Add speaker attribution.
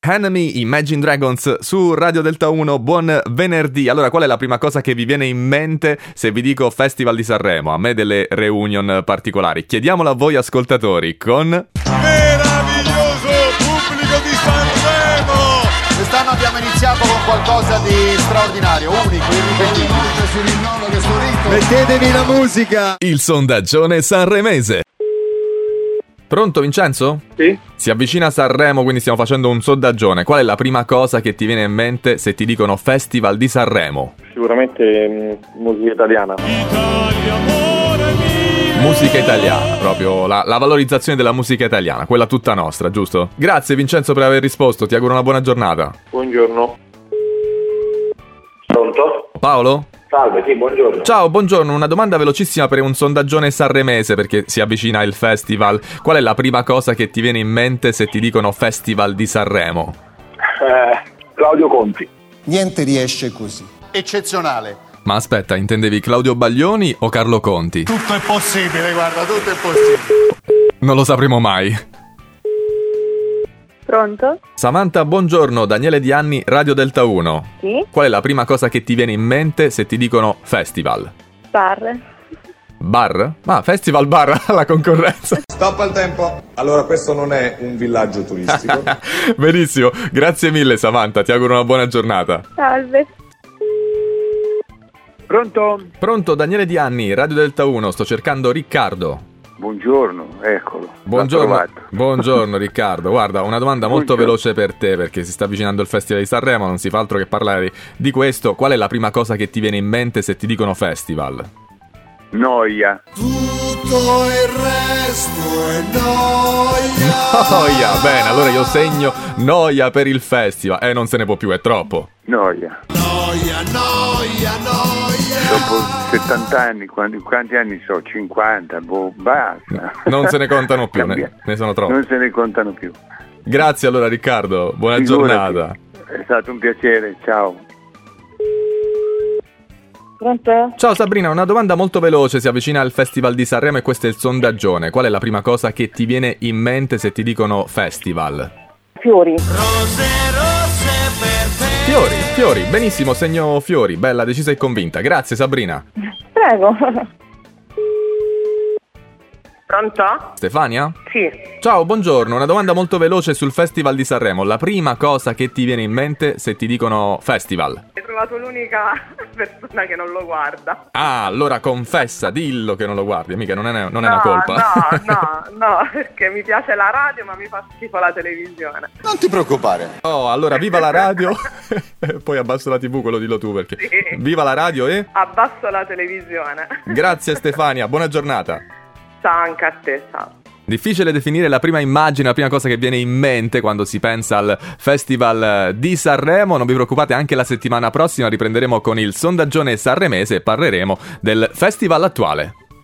Speaker 1: Enemy, Imagine Dragons su Radio Delta 1, buon venerdì. Allora, qual è la prima cosa che vi viene in mente se vi dico Festival di Sanremo? A me delle reunion particolari. Chiediamolo a voi ascoltatori con...
Speaker 2: Meraviglioso pubblico di Sanremo!
Speaker 3: Quest'anno abbiamo iniziato con qualcosa di straordinario, unico, irripetibile.
Speaker 4: Mettetevi la musica!
Speaker 1: Il sondaggione sanremese. Pronto Vincenzo?
Speaker 5: Sì?
Speaker 1: Si avvicina Sanremo, quindi stiamo facendo un sondaggione. Qual è la prima cosa che ti viene in mente se ti dicono Festival di Sanremo?
Speaker 5: Sicuramente mm, musica italiana.
Speaker 2: Italia, amore mio!
Speaker 1: Musica italiana, proprio la, la valorizzazione della musica italiana, quella tutta nostra, giusto? Grazie Vincenzo per aver risposto, ti auguro una buona giornata.
Speaker 5: Buongiorno. Pronto?
Speaker 1: Paolo?
Speaker 5: Salve, sì, buongiorno.
Speaker 1: Ciao, buongiorno, una domanda velocissima per un sondaggione sanremese perché si avvicina il festival. Qual è la prima cosa che ti viene in mente se ti dicono Festival di Sanremo?
Speaker 5: Eh, Claudio Conti.
Speaker 6: Niente riesce così.
Speaker 3: Eccezionale.
Speaker 1: Ma aspetta, intendevi Claudio Baglioni o Carlo Conti?
Speaker 3: Tutto è possibile, guarda, tutto è possibile.
Speaker 1: Non lo sapremo mai.
Speaker 7: Pronto?
Speaker 1: Samantha, buongiorno, Daniele Dianni, Radio Delta 1.
Speaker 7: Sì?
Speaker 1: Qual è la prima cosa che ti viene in mente se ti dicono Festival?
Speaker 7: Bar.
Speaker 1: Bar? Ah, Festival Bar alla concorrenza.
Speaker 8: Stop al tempo. Allora, questo non è un villaggio turistico.
Speaker 1: Benissimo, grazie mille Samantha, ti auguro una buona giornata.
Speaker 7: Salve.
Speaker 9: Pronto?
Speaker 1: Pronto, Daniele Dianni, Radio Delta 1, sto cercando Riccardo.
Speaker 9: Buongiorno, eccolo. L'ho
Speaker 1: Buongiorno,
Speaker 9: trovato.
Speaker 1: buongiorno Riccardo, guarda una domanda molto
Speaker 9: Buongiorno.
Speaker 1: veloce per te perché si sta avvicinando il Festival di Sanremo, non si fa altro che parlare di questo, qual è la prima cosa che ti viene in mente se ti dicono festival?
Speaker 9: Noia.
Speaker 2: Tutto il resto è noia!
Speaker 1: Noia, bene, allora io segno noia per il festival, eh non se ne può più, è troppo.
Speaker 9: Noia.
Speaker 2: Noia, noia, noia!
Speaker 9: Dopo 70 anni, quanti, quanti anni so? 50, boh, basta.
Speaker 1: Non se ne contano più,
Speaker 9: Cambia.
Speaker 1: ne, ne sono troppi.
Speaker 9: Non se ne contano più.
Speaker 1: Grazie allora Riccardo, buona
Speaker 9: Figurati.
Speaker 1: giornata.
Speaker 9: È stato un piacere, ciao.
Speaker 7: Pronto?
Speaker 1: Ciao Sabrina, una domanda molto veloce, si avvicina il Festival di Sanremo e questo è il sondaggione, qual è la prima cosa che ti viene in mente se ti dicono festival?
Speaker 7: Fiori.
Speaker 2: Rose, rose per te!
Speaker 1: Fiori, Fiori, benissimo, segno Fiori, bella, decisa e convinta. Grazie Sabrina.
Speaker 7: Prego.
Speaker 10: Pronto?
Speaker 1: Stefania?
Speaker 10: Sì.
Speaker 1: Ciao, buongiorno, una domanda molto veloce sul Festival di Sanremo. La prima cosa che ti viene in mente se ti dicono festival?
Speaker 10: Hai trovato l'unica persona che non lo guarda.
Speaker 1: Ah, allora confessa, dillo che non lo guardi, mica non è, non è
Speaker 10: no,
Speaker 1: una colpa.
Speaker 10: No, no, no, perché mi piace la radio ma mi fa schifo la televisione.
Speaker 3: Non ti preoccupare.
Speaker 1: oh, allora viva la radio. Poi abbasso la TV, quello dillo tu perché.
Speaker 10: Sì.
Speaker 1: Viva la radio e
Speaker 10: Abbasso la televisione.
Speaker 1: Grazie Stefania, buona giornata.
Speaker 10: Ciao anche a te, ciao.
Speaker 1: Difficile definire la prima immagine, la prima cosa che viene in mente quando si pensa al Festival di Sanremo. Non vi preoccupate, anche la settimana prossima riprenderemo con il sondaggione sanremese e parleremo del festival attuale.